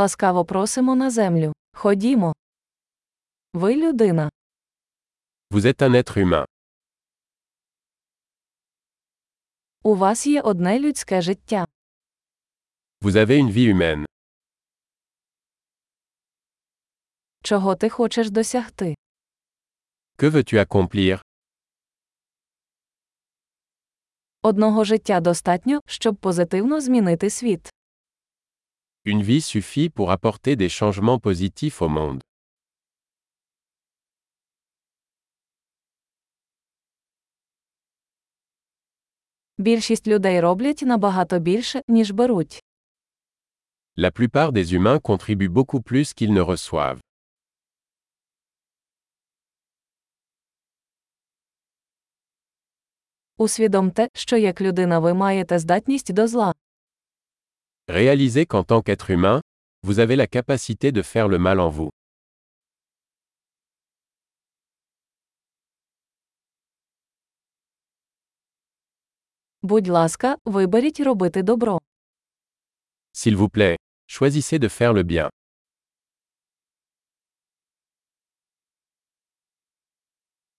Ласкаво просимо на землю. Ходімо. Ви людина. Vous êtes un être humain. У вас є одне людське життя. Vous avez une vie humaine. Чого ти хочеш досягти? Que veux-tu accomplir Одного життя достатньо, щоб позитивно змінити світ. Une vie suffit pour apporter des changements positifs au monde. Більшість людей роблять набагато більше, ніж беруть. La plupart des humains contribuent beaucoup plus qu'ils ne reçoivent. Усвідомте, що як людина ви маєте здатність до зла. Réalisez qu'en tant qu'être humain, vous avez la capacité de faire le mal en vous. Будь ласка, виберіть робити добро. S'il vous plaît, choisissez de faire le bien.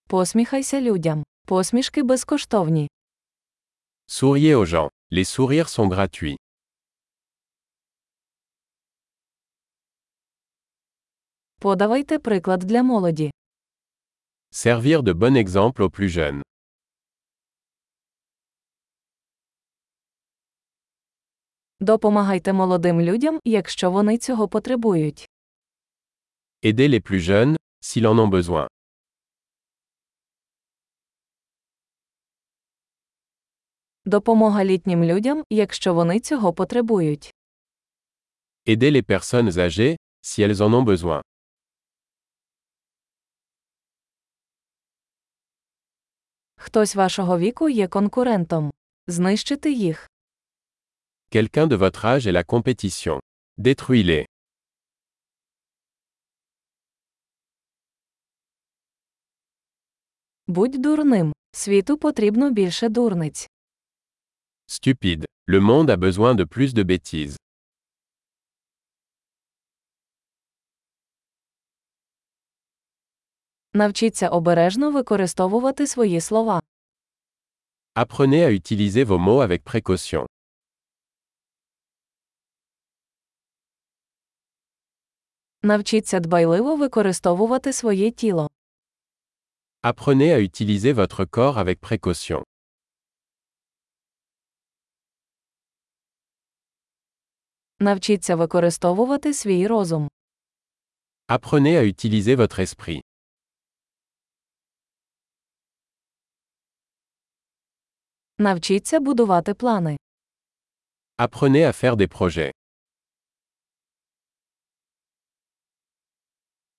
Посміхайся людям. Посмішки безкоштовні. Souriez aux gens. Les sourires sont gratuits. Подавайте приклад для молоді. Servir de bon exemple aux plus jeunes. Допомагайте молодим людям, якщо вони цього потребують. Aider les plus jeunes, s'ils en ont besoin. Допомога літнім людям, якщо вони цього потребують. Aider les personnes âgées, si elles en ont besoin. Хтось вашого віку є конкурентом. Знищити їх. Quelqu'un de votre âge est la compétition. Détruis-les. Будь дурним. Світу потрібно більше дурниць. Stupide. Le monde a besoin de plus de bêtises. Навчіться обережно використовувати свої слова. Apprenez à utiliser vos mots avec précaution. Навчіться дбайливо використовувати своє тіло. Apprenez à utiliser votre corps avec précaution. Навчіться використовувати свій розум. Apprenez à utiliser votre esprit. Навчіться будувати плани. Apprenez à faire des projets.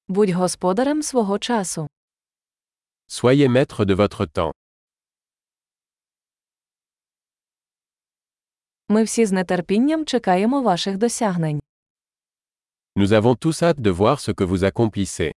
Будь господарем свого часу. Soyez maître de votre temps. Ми всі з нетерпінням чекаємо ваших досягнень. Nous avons tous hâte de voir ce que vous accomplissez.